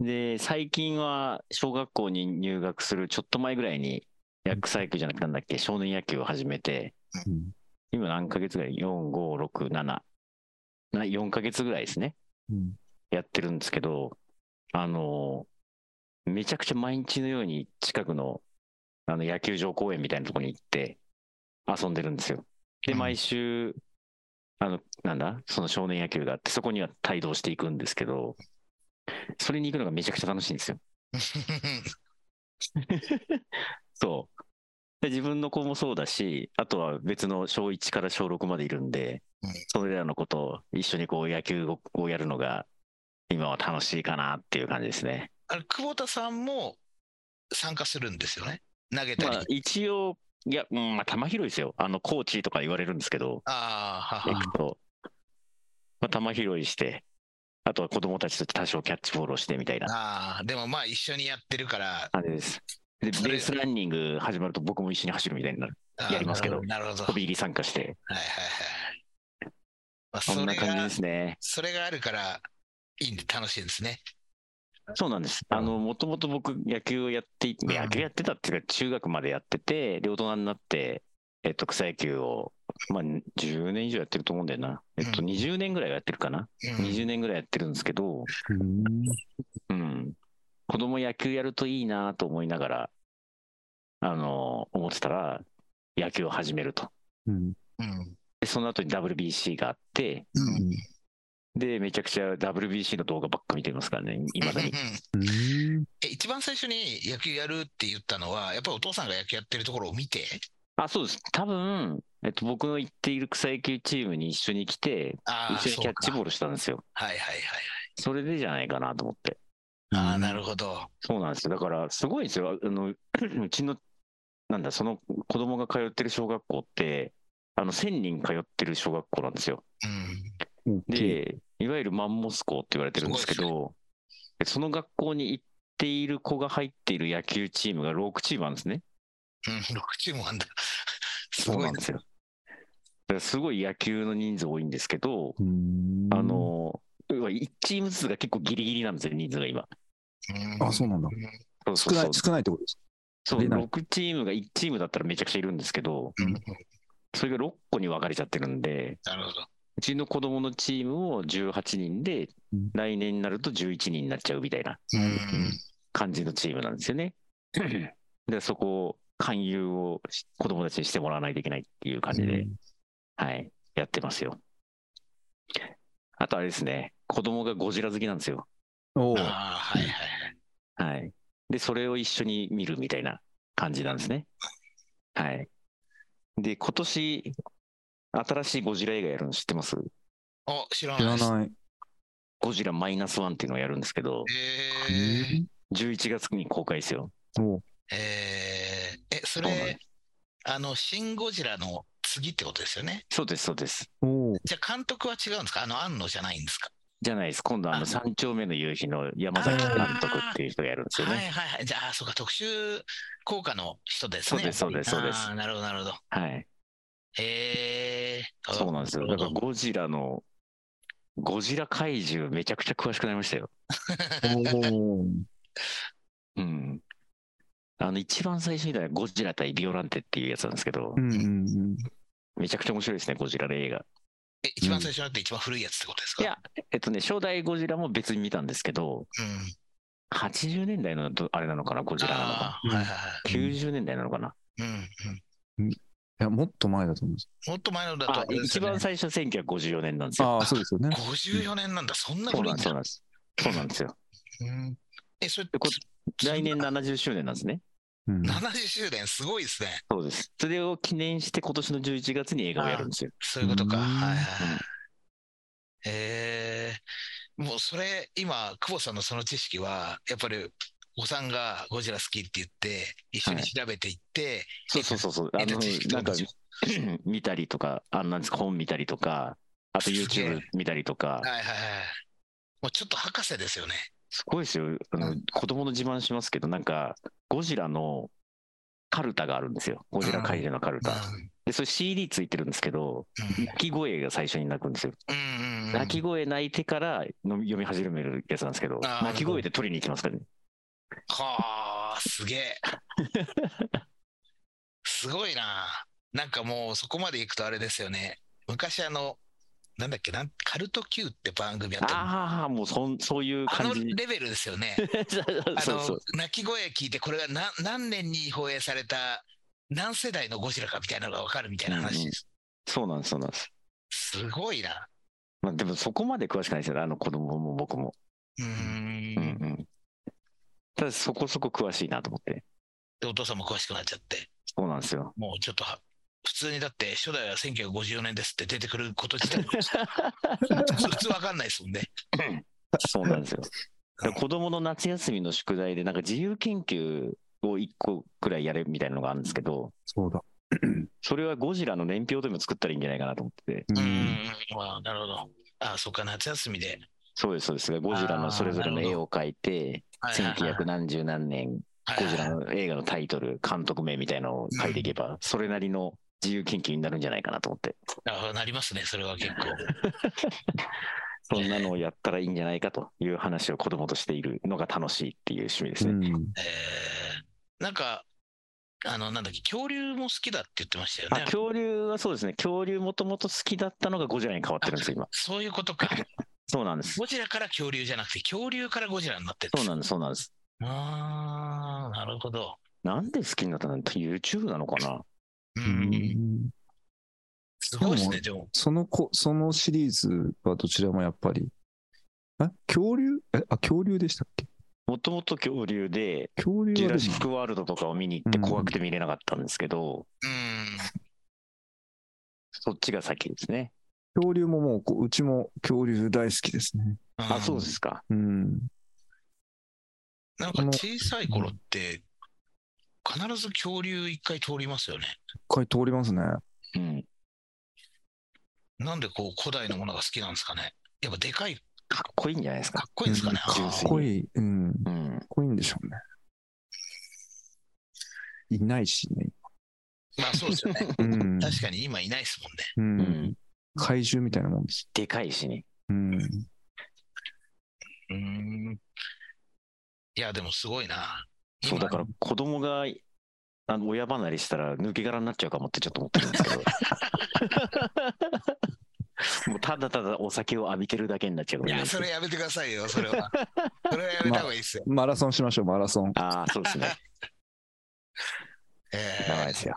C: で、最近は小学校に入学するちょっと前ぐらいに、薬剤球じゃなくてなんだっけ、少年野球を始めて、
A: うん
C: 今何ヶ月ぐらい ?4、5、6、7。な4ヶ月ぐらいですね。
A: うん
C: やってるんですけど、あのーめちゃくちゃ毎日のように近くのあの野球場公園みたいなとこに行って遊んでるんですよ。で、
B: うん
C: 毎週、あの、なんだその少年野球があって、そこには帯同していくんですけど、それに行くのがめちゃくちゃ楽しいんですよ。そう。で自分の子もそうだし、あとは別の小1から小6までいるんで、
B: うん
C: それらのことを一緒にこう野球をやるのが、今は楽しいかなっていう感じですね。
B: あれ、久保田さんも参加するんですよね。投げたり。
C: まあ、一応、いや、うんまあ、球拾いですよ。あの、コーチとか言われるんですけど、
B: ああ、は
C: 行
B: は。
C: くと、まあ、球拾いして、あとは子供たちと多少キャッチボールをしてみたいな
B: ああ、でもまあ一緒にやってるから、
C: 感じです。で、ベ
B: それ
C: ースランニング始まると僕も一緒に走るみたいになる。
B: あー
C: やりますけど
B: なるほど。なるほど
C: 飛び入り参加して、
B: はいはいはい。まあ、
C: そ
B: そ
C: ん
B: れ
C: な感じ
B: が
C: で、すね。
B: それがあるから、いいんで楽しいんですね。
C: そうなんです。
A: うん
C: あの、もともと僕、野球をやっていて、
B: うん
C: 野球やってたっていうか、中学までやってて、で、大人になって、えっと、草野球を、まあ、10年以上やってると思うんだよな。えっと、
B: うん
C: 20年ぐらいはやってるかな。
B: うん
C: 20年ぐらいやってるんですけど、うん。子供野球やるといいなと思いながら、あの、思ってたら、野球を始めると。
A: うん
B: うん
C: で、その後に WBC があって、
B: うん
C: で、めちゃくちゃ WBC の動画ばっか見てますからね、いまだに。
A: うん
B: え一番最初に野球やるって言ったのは、やっぱりお父さんが野球やってるところを見て、
C: あ、そうです。多分、えっと、僕の行っている草野球チームに一緒に来て、
B: ああ、
C: 一緒にキャッチ
B: ー
C: ボールしたんですよ。
B: はいはいはいはい。
C: それでじゃないかなと思って。
B: ああ、
A: うん
B: なるほど。
C: そうなんですよ。だから、すごいんですよ。あの、 うちの、なんだ、その子供が通ってる小学校って、あの、1000人通ってる小学校なんですよ。
B: うん。
A: 大きい
C: で、いわゆるマンモス校って言われてるんですけ
B: す
C: ど、その学校に行っている子が入っている野球チームが6チームあるんですね。
B: うん、6チーム あんだ。す
C: そう
B: ご
C: ないん
B: ね
C: ですよ。だからすごい野球の人数多いんですけど、
A: うん
C: あの、1チームずつが結構ギリギリなんですよ、人数が今。
A: あそうなんだ
B: う
C: そう
A: 少
C: そう
A: な
C: そ
A: いう少ないってことですか
C: そう
A: 出ない
C: 6チームが1チームだったらめちゃくちゃいるんですけど、
B: ん。うん
C: それが6個に分かれちゃってるんで、
B: なるほど。
C: うちの子供のチームを18人で
A: うん、
C: 来年になると11人になっちゃうみたいな
B: うん。
C: 感じのチームなんですよね。で、そこを、勧誘をし子供たちにしてもらわないといけないっていう感じで、はい、やってますよ。あとあれですね、子供がゴジラ好きなんですよ。
A: おう
B: ああ、はいはいはい。
C: はい。で、それを一緒に見るみたいな感じなんですね。はい。で、今年、新しいゴジラ映画やるの知ってます
B: お、知ら
A: 知
B: な
A: ら
B: いです。
A: ない。
C: ゴジラマイナスワンっていうのをやるんですけど、
B: えー、
C: 11月に公開ですよ。
A: おう
B: えー、え、そ
C: そうなんで
B: れ、あの、シン・ゴジラの次ってことですよね。
C: そうです、そうです。
A: おう
B: じゃあ、監督は違うんですかあの、庵野じゃないんですか
C: じゃないです。今度、あの、
B: あ
C: 三丁目の夕日の山崎監督っていう人がやるんですよ
B: はい
C: ね。
B: はいはい。じゃあ、あそうか、特殊効果の人ですね。
C: そうですそうですそうです
B: あーなるほど、なるほど。
C: はい。
B: えー、
C: そうなんですよ。だから、ゴジラの、ゴジラ怪獣めちゃくちゃ詳しくなりましたよ。
A: おう
C: うん。あの、一番最初に出たゴジラ対ビオランテっていうやつなんですけど、
A: うんうんうん
C: めちゃくちゃ面白いですね、ゴジラの映画。
B: え一番最初のって一番古いやつってことですか
C: いや、えっとね、初代ゴジラも別に見たんですけど、
B: うん。
C: 80年代のどあれなのかな、ゴジラなの
B: あ
C: か
B: ーはいはいはい。
C: な。90年代なのかな。
B: うんうん。
A: いやもっと前だと思うんです
B: もっと前のだと
C: あ
B: あ、れです
C: 一
B: よね、
C: 番最初1954年なんですよ。
A: ああそうですよね
B: 54年なんだ、そんな
C: そう
B: 古い
C: なんんです、そう
B: だ。
C: なんです。そうなんですよ。
B: うんえ、それ
C: でこ
B: つ
C: 来年70周年なんですね。
A: うん
B: 70周年、すごいですね。
C: そうです。それを記念して今年の11月に映画をやるんですよ。
B: そういうことか。
A: うん
B: はいはいは
C: う
B: い
C: ん。
B: えー、もうそれ、今、久保さんのその知識は、やっぱり、おさんがゴジラ好きって言って、一緒に
C: はい
B: 調べていって、
C: そうそうそうそう。あ
B: 得た
C: の
B: 知識って
C: な
B: こと
C: んか
B: でしょ
C: 見たりとか、あのなんですか本見たりとか、あと
B: すげえ
C: YouTube 見たりとか、
B: はいはいはい。もうちょっと博士ですよね。
C: すごいですよ。あの子供の自慢しますけど、なんかゴジラのカルタがあるんですよ。ゴジラ怪獣のカル
B: う
C: タ。でそれ CD ついてるんですけど、
B: ん
C: 泣き声が最初に泣くんですよ。
B: うんうんうんうん
C: 泣き声泣いてからの読み始めるやつなんですけど、
B: あー
C: 泣き声で取りに行きますからね。
B: はあ、すげ え。すごいな。なんかもうそこまで行くとあれですよね。昔あの、なんだっけ、なんカルト Q って番組やってるあ
C: ああ、もうそんそういう感
B: の
C: じ。
B: レベルですよね。あ
C: そうそう
B: の。、鳴き声聞いて、これが何何年に放映された、何世代のゴジラかみたいなのがわかるみたいな話です。
C: そうなんです、そうなんです。
B: すごいな。
C: まあ、でもそこまで詳しくないですよ、あの子供も僕も。
B: うー
C: うん
B: ん。
C: うん。ただそこそこ詳しいなと思って。
B: で、お父さんも詳しくなっちゃって。
C: そうなんで すよ。
B: もうちょっとは、普通にだって、初代は1954年ですって出てくること自体、普通わかんないですもんね。
C: そうなんですよ。だから子供の夏休みの宿題で、なんか自由研究を1個くらいやれみたいなのがあるんですけど、
A: そうだ。
C: それはゴジラの年表でも作ったらいいんじゃないかなと思ってて。
A: う
B: うん
A: ん。
B: うん、まあ、なるほど。あ、そっか、夏休みで。
C: そうです、そうです。ゴジラのそれぞれの絵を描いて、
B: はいはいはい
C: 1900何十何年、ゴジラの映画のタイトル、監督名みたいのを書いていけば、それなりの自由研究になるんじゃないかなと思って。
B: あなりますね、それは結構。
C: そんなのをやったらいいんじゃないかという話を子供としているのが楽しいっていう趣味です
A: う
C: ね。
A: ん。
B: えー、なんか、あの、なんだっけ、恐竜も好きだって言ってましたよ
C: あ
B: ね。
C: 恐竜はそうですね、恐竜もともと好きだったのがゴジラに変わってるんですよ、今。
B: そういうことか。
C: そうなんです。
B: ゴジラから恐竜じゃなくて、恐竜からゴジラになってる
C: そうなんです、そうなんです。
B: あー、なるほど。
C: なんで好きになったの ?YouTube なのかな
A: う
B: う、
A: んん
B: すごいですね、でも。
A: そのこ、そのシリーズはどちらもやっぱり。あ、恐竜え、あ、恐竜でしたっけ
C: もともと恐竜で、
A: 恐竜
C: ジュ
A: は
C: ラ
A: で
C: シ
A: も
C: ック・ワールドとかを見に行って怖くて見れなかったんですけど、
B: うん。
C: そっちが先ですね。
A: 恐竜ももうこう、うちも恐竜大好きですね。
C: あ、そうですか。
A: うん。
B: なんか小さい頃って、必ず恐竜一回通りますよね。
A: 一回通りますね。
C: うん。
B: なんでこう古代のものが好きなんですかね。やっぱでかい、
C: かっこいいんじゃないです
B: か
C: か。
B: っこいいんですかね。
C: うん
B: あ
A: かっ
B: ー
A: こいい。うん。かっ
C: うん。
A: こいいんでしょうね。いないしね。
B: まあそうですよね。
A: うん。
B: 確かに今いないですもんね。
A: うん
C: うん。
A: 怪獣みたいなもんです。
C: でかいしね。
A: うん。
B: うーん。いや、でもすごいな。
C: そう、だから子供が、あの、親離れしたら抜け殻になっちゃうかもってちょっと思ってるんで すけど。もうただただお酒を浴びてるだけになっちゃうかも
B: い
C: しれな
B: や、
C: いです
B: それやめてくださいよ、それは。それはやめた方がいいです よ。
A: マラソンしましょう、マラソン。
C: ああ、そうですね。
B: えー
C: 長いですよ。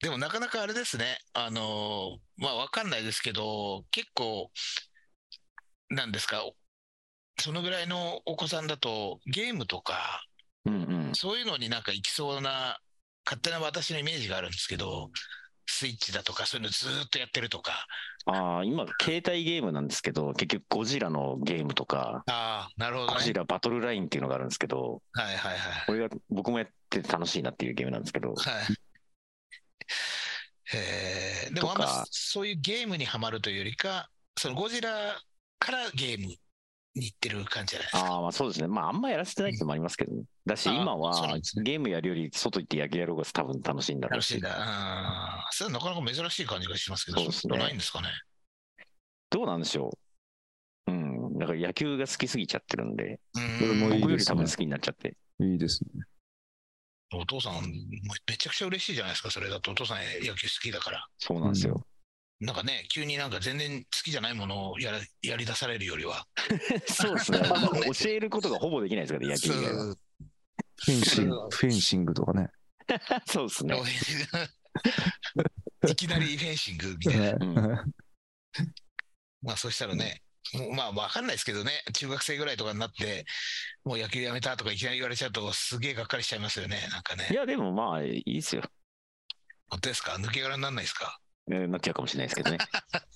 B: でもなかなかあれですね。あのーまあわかんないですけど、結構、なんですか、そのぐらいのお子さんだと、ゲームとか、
C: うんうん。
B: そういうのになんか行きそうな、勝手な私のイメージがあるんですけど、スイッチだとか、そういうのずーっとやってるとか、
C: ああ、今、携帯ゲームなんですけど、結局ゴジラのゲームとか、
B: ああ、なるほど
C: ゴジ
B: ね。
C: ラバトルラインっていうのがあるんですけど、
B: はいはいはい。
C: これが僕もやってて楽しいなっていうゲームなんですけ
B: は
C: ど、
B: い。えーでもあん
C: と
B: ま
C: か
B: そういうゲームにはまるというよりか、そのゴジラからゲームに行ってる感じじゃないですか。
C: ああ、まあそうですね。まああんまやらせてないってのもありますけどね。だし
B: あー
C: 今
B: そうなん
C: は
B: ですね
C: ゲームやるより外行って野球やる方が多分楽しいんだろう
B: 楽しいんだ。あーそれはなかなか珍しい感じがしますけど、
C: そうですね
B: んなことないんですかね。
C: どうなんでしょう。うん。だから野球が好きすぎちゃってるんで、
B: う
A: 俺も
B: ー
A: い
B: ん
A: い
C: 僕よ
A: で
C: り
A: す
C: 多
A: ね
C: 分好きになっちゃって。
A: いいですね。
B: お父さん、めちゃくちゃ嬉しいじゃないですか、それだと。お父さん野球好きだから。
C: そうなんですよ。
B: なんかね、急になんか全然好きじゃないものをやらやり出されるよりは。
C: そうですね。まあ教えることがほぼできないですから、野球以外は。
A: フェンシング、 フェンシングとかね。
C: そうですね。
B: いきなりフェンシングみたいな。
A: は
C: ん
B: まあ、そしたらね、もうまあわかんないですけどね、中学生ぐらいとかになって、もう野球やめたとかいきなり言われちゃうと、すげえがっかりしちゃいますよね、なんか
C: い
B: ね。
C: や、でもまあ、いいですよ。
B: 本当ですか抜け殻になんないですか
C: えーなっちゃうかもしれないですけどね。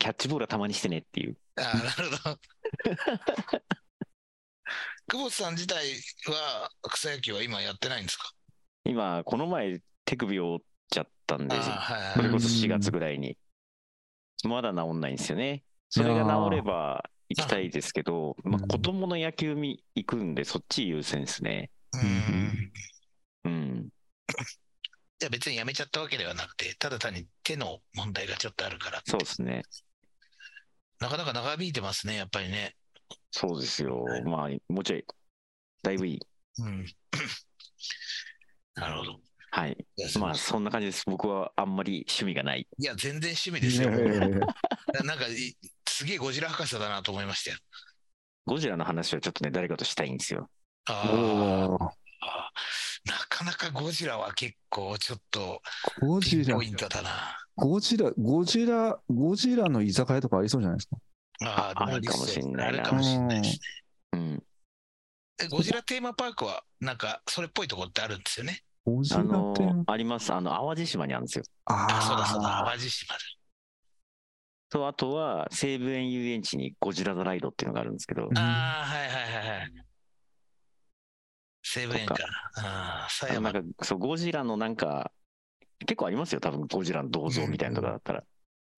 C: キャッチボールはたまにしてねっていう。
B: ああ、なるほど。 久保田さん自体は草野球は今やってないんですか
C: 今、この前、手首を折っちゃったんで
B: ああ、
C: すよ。
B: はい
C: そ
B: は
C: れ
B: い。
C: こそ4月ぐらいに。まだ治んないんですよね。それが治 れば行きたいですけど、
A: ー
C: まあ、
A: うん
C: 子供の野球見行くんで、そっち優先ですね。
B: うん。
C: うん。
B: じゃあ別にやめちゃったわけではなくて、ただ単に手の問題がちょっとあるから、
C: そうですね。
B: なかなか長引いてますね、やっぱりね。
C: そうですよ。まあ、もうちょい。だいぶいい。
B: うん。なるほど。
C: はい。
B: いやすい
C: ま
B: ま
C: あ、
B: せん
C: そんな感じです。僕はあんまり趣味がない。
B: いや、全然趣味ですよ。
A: ね
B: なんか、いすげえゴジラ博士だなと思いましたよ。
C: ゴジラの話をちょっとね、誰かとしたいんですよ。
A: えお
B: あ
A: ー
B: あ、なかなかゴジラは結構ちょっと
A: ゴ
B: ピ
A: ジ
B: ン
A: ラ
B: ポイントだな。
A: ゴジラ、ゴジラ、ゴジラの居酒屋とかありそうじゃないですか。
B: あ
C: ああるかもしんない
B: あ
C: な
B: るかもしんないですね。
C: うん。
B: えゴジラテーマパークは、なんか、それっぽいとこってあるんですよね。
A: ゴジラ
C: あの
A: 店。、
C: あります。あの、淡路島にあるんですよ。
A: あ
B: あ、そうだそうだ、
A: あ
B: 淡路島で。
C: と、あとは、西武園遊園地にゴジラ・ザ・ライドっていうのがあるんですけど、
B: ああ、はいはいはいはい。西武園か
C: と。
B: ああ、狭
C: あの
B: 山。
C: なんかそうゴジラのなんか結構ありますよ多分ゴジラの銅像みたいなのとかだったら、
B: ん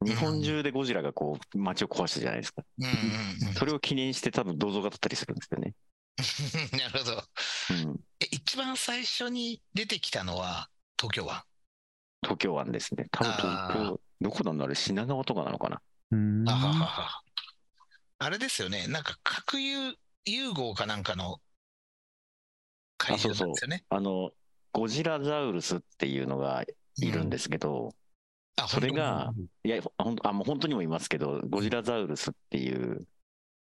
C: 日本中でゴジラがこう街を壊したじゃないですか、
B: うんうん
C: それを記念して多分銅像が立ったりするんですよね、
B: うん。 なるほど。
C: うん、
B: え、一番最初に出てきたのは、東京湾。
C: 東京湾ですね多分東
B: あ
C: 京どこなんだろう品川とかなのかな
A: うん
B: あははは。あれですよね、なんか核融融合かなんかの会場なんですよね。
C: あのゴジラザウルスっていうのがいるんですけど、
B: あ、
C: それがいやほんあもう本当にもいますけどゴジラザウルスっていう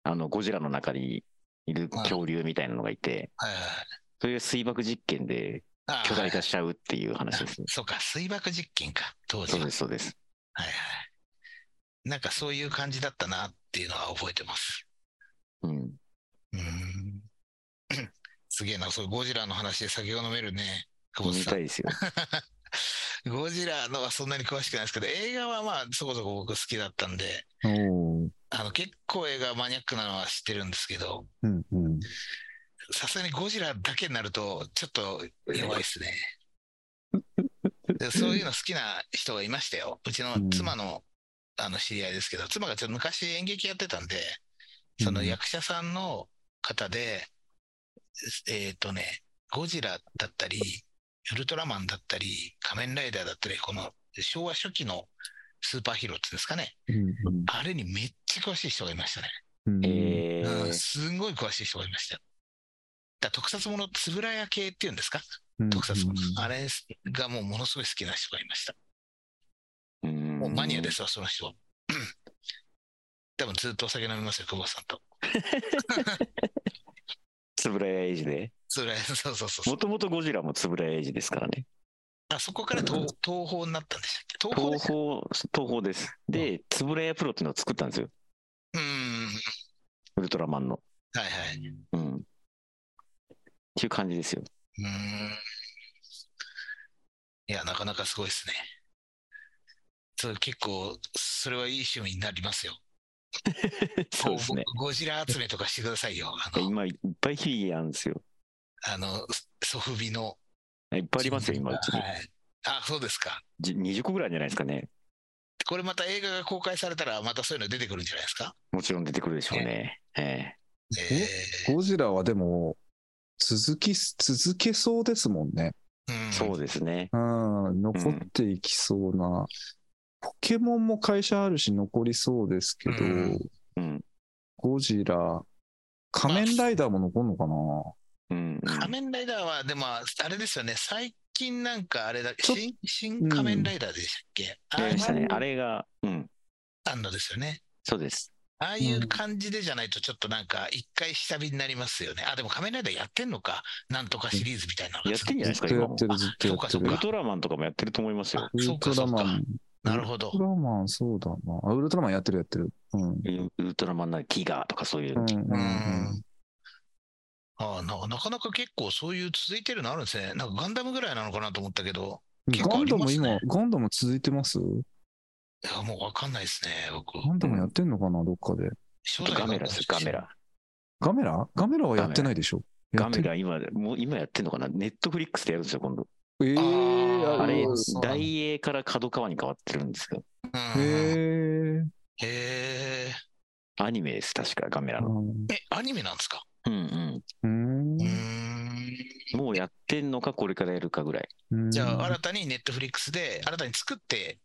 C: あのゴジラの中にいる恐竜みたいなのがいて、
B: 本当に、はいはいはい
C: そういう水爆実験で
B: あ
C: 巨大
B: はい
C: 化しちゃうっていう話ですね。
B: そうか、水爆実験か、当時
C: そう
B: は。
C: です、そうです。
B: はいはい。なんかそういう感じだったなっていうのは覚えてます。
C: うん。
B: うーんすげえな、そうゴジラの話で酒が飲めるね、久保
C: 見
B: 田さ
C: た
B: ん。
C: いですよ。
B: ゴジラのはそんなに詳しくないですけど、映画はまあそこそこ僕好きだったんで、
A: おー
B: あの結構映画マニアックなのは知ってるんですけど、
A: うんうん。
B: さすがにゴジラだけになると、ちょっと弱い ですね。でそういうの好きな人がいましたよ。うちの妻の,、あの知り合いですけど、妻がちょっと昔演劇やってたんで、その役者さんの方で、えっ、とね、ゴジラだったり、ウルトラマンだったり、仮面ライダーだったり、この昭和初期のスーパーヒーローっていうんですかね、
A: うん
B: あれにめっちゃ詳しい人がいましたね。
A: うん
C: え
B: うん、
C: ー、
B: すんごい詳しい人がいましたよ。だから特撮もの、つぶらや系っていうんですか、
A: うん
B: 特撮もの
A: う。ん
B: あれがもうものすごい好きな人がいました。
C: うん
B: もうマニアで。すわ、その人は。多分ずっとお酒飲みますよ、久保さんと。
C: つぶらやエイジで。
B: つぶらや、 そうそうそうそう
C: もともとゴジラもつぶらやエイジですからね。
B: あそこから東東宝になったんでしたっけ東宝で
C: 東
B: すよ
C: 宝、東宝です。で、つぶらやプロっていうのを作ったんですよ。
B: うーん。
C: ウルトラマンの。
B: はいはい。う
C: うん。っていう感じですよ。
B: ーん。いや、なかなかすごいですね。そう結構、それはいい趣味になりますよ。
C: そうですね。
B: ゴゴジラ集めとかしてくださいよ。あの、
C: 今、いっぱいフィギュアあるんですよ。
B: あのソフビの。
C: いっぱいありますよ、今、うち
B: は
C: に
B: い。あ、そうですか。
C: じ。20個ぐらいじゃないですかね。
B: これまた映画が公開されたら、またそういうの出てくるんじゃないですか。
C: もちろん出てくるでしょうね。ええ
B: え
A: ゴジラはでも、続き、続けそうですもんね。
B: えうん、
C: そうですね。
A: うん、残っていきそうな。ポケモンも会社あるし残りそうですけど、
B: うん
C: うん。
A: ゴジラ、仮面ライダーも残るのかな、
C: うん。
B: 仮面ライダーは、でも、あれですよね、最近なんかあれだ、
A: ちょ
B: 新新仮面ライダーでしたっけ、あ
C: や
B: あ
C: りました
B: い
C: ね
B: う。
C: あれが、うん。
B: あんのですよね。
C: そうです。
B: ああいう感じでじゃないと、ちょっとなんか、一回下火になりますよね。あ、でも仮面ライダーやってんのか、なんとかシリーズみたいなのが
C: やってんじゃないです
A: ずっとや
C: か、今
A: っ
C: も
A: て。る、ずっとやって
B: そう
A: る
C: ウ
B: か
C: ル。トラマンとかもやってると思いますよ。
B: あそう
A: ウ
B: か
A: ルトラマン
B: なるほど
A: ウル。トラマン、そうだな。あウルトラマンやってるやってる。うん。うん
C: ウウルトラマンなギガーとかそういうう、
A: ん
B: う
A: うん
B: ん。ああななかなか結構そういう続いてるのあるんですね。なんかガンダムぐらいなのかなと思ったけど、結構
A: ガ
B: あ
A: ン
B: り
A: ダ
B: ま
A: ム
B: す
A: 今
B: ね、
A: ガンダム続いてます
B: いやもうわかんないですね、僕。
A: ガンダムやってんのかな、どっかで。
B: 初
C: ガメラ
B: で
C: ですす、ガメラ。。
A: ガメラガメラはやってないでしょ。
C: ガメ
A: やっ
C: ラ今、もう今やってんのかなネットフリックスでやるんですよ、今度。
A: てる。えー、
B: あー
C: あれ
A: え
B: そ、うなんだ
C: 大英から角川に変わってるんですよ。
B: うんへ
A: ー
B: え。
C: アニメです、確か、ガメラ
A: う
C: の。
A: ん
B: え、アニメなんですか
C: うん
A: うん
B: うーん。
C: うん。もうやってんのか、これからやるかぐらい。
A: うん
B: じゃあ、新たにネットフリックスで、新たに作って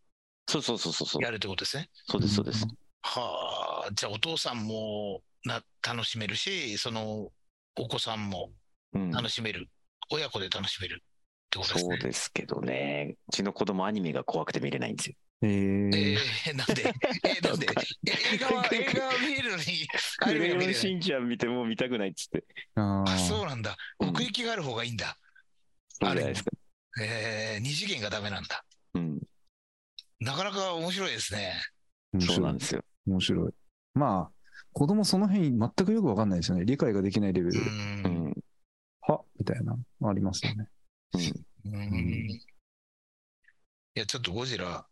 C: そうそうそうそうそう
B: や。るってことですね。
C: そうです、そうです。
B: はあ、じゃあ、お父さんもな楽しめるし、そのお子さんも
C: うん、
B: 楽しめる、親子で楽しめるってことです
C: そう
B: ね。
C: ですけどね。うちの子供アニメが怖くて見れないんですよ。
A: え
B: え
A: ー、
B: ー、なん で、えー、なんで、え映画 は映画は見えるのに、アニメは見れない。
C: んちゃん見てもう見たくないっつって。
A: あ
B: あ、
A: ー
B: そうなんだ。
C: うん
B: 奥行きがある方がいいんだ。
C: そうじゃないですか。
B: えー、二次元がダメなんだ。
C: うん。
B: なかなか面白いですね。
A: 面
C: そう
A: 白
C: なん
A: い
C: で。すよ。
A: 面白い。まあ、子供その辺全くよくわかんないですよね。理解ができないレベル
B: う。
A: で。
C: うんん。
A: はみたいな、ありますよね。
B: うん。いや、ちょっとゴジラ、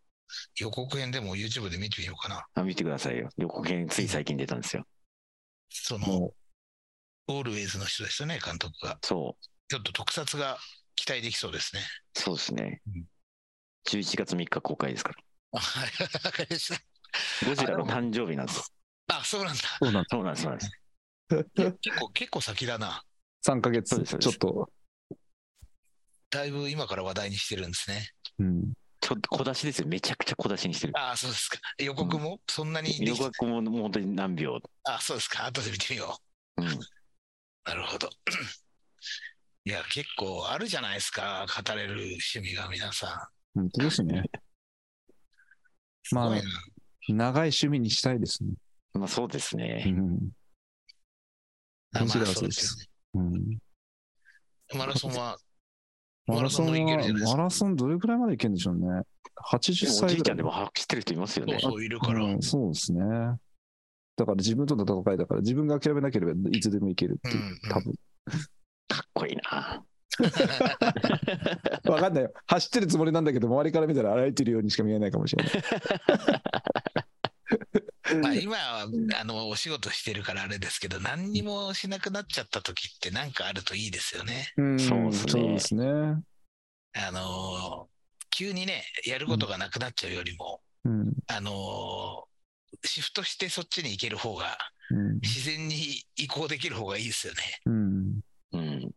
B: 予告編でも YouTube で見てみようかな。
C: あ見てくださいよ。予告編つい最近出たんですよ。
B: その、
A: も
B: オールウェイズの人でしたね、監督が。
C: そ
B: ちょっと特撮が期待できそうですね。
C: う。そうですね
B: うん。
C: 11月3日公開ですか
B: はい、 わかりまし
C: ら。ゴジラの誕生日なんですよ。
B: た。あ、そうなんだ。
A: う、そうなん
C: そうなんです、そうなんです。
B: 結構、結構先だな。
A: 3ヶ
C: そう
A: 月
C: ですそうで
A: ちょっ
C: す
A: と、
B: だいぶ今から話題にしてるんですね。
A: うん、
C: ちょっと小出しですよ。めちゃくちゃ小出しにしてる。
B: ああ、そうですか。予告もそんなにでき
C: 予告ももう本当に何秒。
B: あそうですか。後で見てみよ
C: うん。
B: う。なるほど。 いや、結構あるじゃないですか。語れる趣味が皆さ
A: 本当ですね。
B: ん。
A: まあ
B: すごい
A: 長い趣味にしたいですね。
C: まあそうです
A: う
C: ね。
A: ん
B: な
A: 面白い
B: まあ
A: やつ
B: そう
A: で
B: ですす
A: うん、
B: よね。マラソンは、
A: マラソン
B: マラソンもいけるじゃないです
A: は
B: か
A: マラソンどれくらいまでいけるんでしょうね。
C: で
A: 80
C: もおじ
A: 歳
C: い
A: ぐ
C: ちゃ
A: らい
C: んでも把握してる人いますよ
B: そう
C: ね。
B: そういるから。
A: う
B: うん
A: ん。そうですね。だから自分との戦いだから自分が諦めなければいつでもいけるっていう、多分。
C: かっこいいな。
A: わかんないよ。走ってるつもりなんだけど、周りから見たら歩いてるようにしか見えないかもしれない。
B: うんまあ、今はあのお仕事してるからあれですけど、何にもしなくなっちゃった時ってなんかあるといいですよね。
A: うん
C: そうっすね
A: そうですね。
B: あのー急にね、やることがなくなっちゃうよりも、
A: うん。
B: あのーシフトしてそっちに行ける方が、
A: うん。
B: 自然に移行できる方がいいですよね。
A: うん。
C: うん。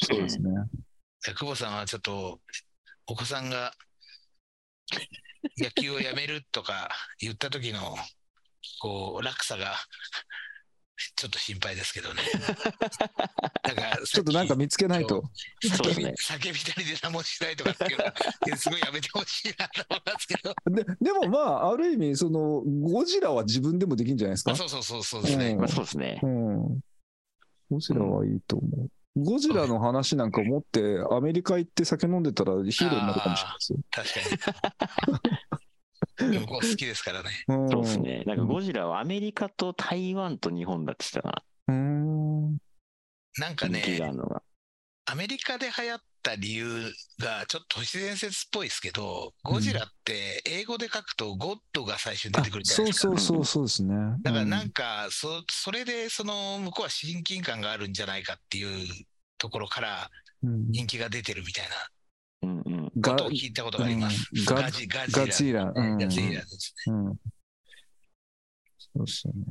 A: そうですね。
B: 久保さんはちょっと、お子さんが野球をやめるとか言った時の、こう、落差が、ちょっと心配ですけどね。なんか
A: ちょっとなんか見つけないと。
C: そうです
B: 叫び
C: ね
B: 叫びたりで何もしないとかっていうのは、すごいやめてほしいなと思います けど。
A: ででもまあ、ある意味、その、ゴジラは自分でもできるんじゃないですか
B: あ。そうそうそうそうですね
C: まあ。そうですね
A: う。ん。ゴジラはいいと思う。ゴジラの話なんか持って、アメリカ行って酒飲んでたらヒーローになるかもしれないですよ。
B: 確かに。でもこう好きですからね。
A: うん
C: そうですね。なんかゴジラはアメリカと台湾と日本だって言ってた
A: うん。
B: なんか
C: な。人気があ
B: ね、
C: るのが。
B: アメリカで流行った理由がちょっと都市伝説っぽいですけど、ゴジラって英語で書くとゴッドが最初に出
A: あ
B: てくるじゃな
A: そ
B: いうですか。
A: そうそうそうですね。
B: だからな
A: うん
B: か、そ、それでその向こうは親近感があるんじゃないかっていうところから
A: ん
B: 人気が出てるみたいな
C: うんうん。
A: ガ
B: ことを聞いたことがあります。
A: うんガ
B: ガジ、ガジラ。
A: ガジラ。うん
B: ガジラですね。
A: うんそうですよね。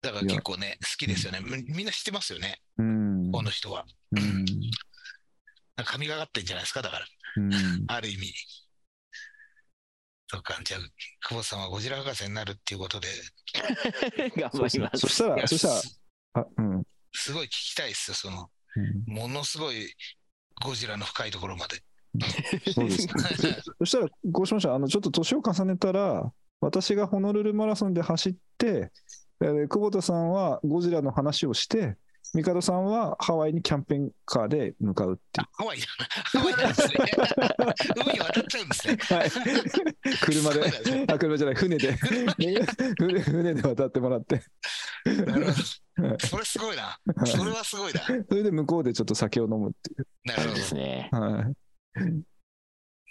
B: だから結構ね、好きですよね。みみんな知ってますよね、
A: うん。
B: この人は。
A: うん
B: なんか神がかってんじゃないですか、だから。
A: うん
B: ある意味。そっか、じゃあ、久保さんはゴジラ博士になるっていうことで、
C: 頑
A: そうです
C: 張り
A: ね
C: ま
A: そ
C: す。
A: した
B: いや
A: ら、そしたら、
B: す
A: あうん。
B: すごい聞きたいですよ、その、
A: うん
B: ものすごいゴジラの深いところまで。
A: そう です。そしたら、こうしました。あの、ちょっと年を重ねたら、私がホノルルマラソンで走って、えー久保田さんはゴジラの話をして、ミカドさんはハワイにキャンペーンカーで向かうってい
B: ハワイだな、ハワイなんですね。海渡っちゃうんですね。
A: う。はい。車で、
B: そうだね
A: あ、車じゃない、船で、船船で渡ってもらって、
B: なるほどそれすごいな。それはすごいな。
A: それで向こうでちょっと酒を飲むってい
B: な
C: あ
B: る
C: れ
B: ほど
C: で。すね。
A: う。はい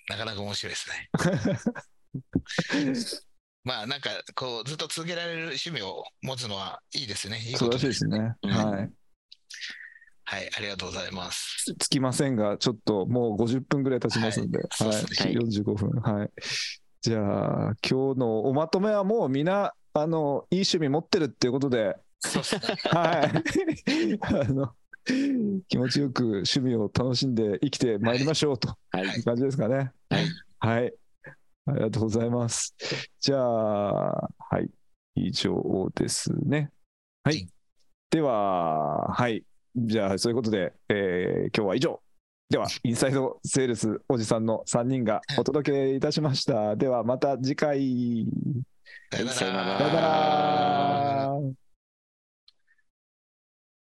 B: なかなか面白いです ね。まあなんかこうずっと続けられる趣味を持つのはいいですね。いい
A: 素晴
B: こと
A: らしいですね。
C: うん
A: はい。
B: はい、ありがとうございます。
A: つきませんが、ちょっともう50分ぐらい経ちますんで、はい、
B: そうです
C: ね
A: 45分。はい。じゃあ、今日のおまとめはもうみんな、あの、いい趣味持ってるっていうことで、
B: そうですね。
A: はい。あの、気持ちよく趣味を楽しんで生きてまいりましょうと
C: はい。
A: いう感じですかね。
C: はい。
A: はい。ありがとうございます。じゃあ、はい。以上ですね。は
B: はい
A: い。では、はい。じゃあ、そういうことで、えー今日は以上。では、インサイドセールスおじさんの3人がお届けいたしました。では、また次回。
B: さよな
C: さよな
B: ら
C: ら
A: さよなら。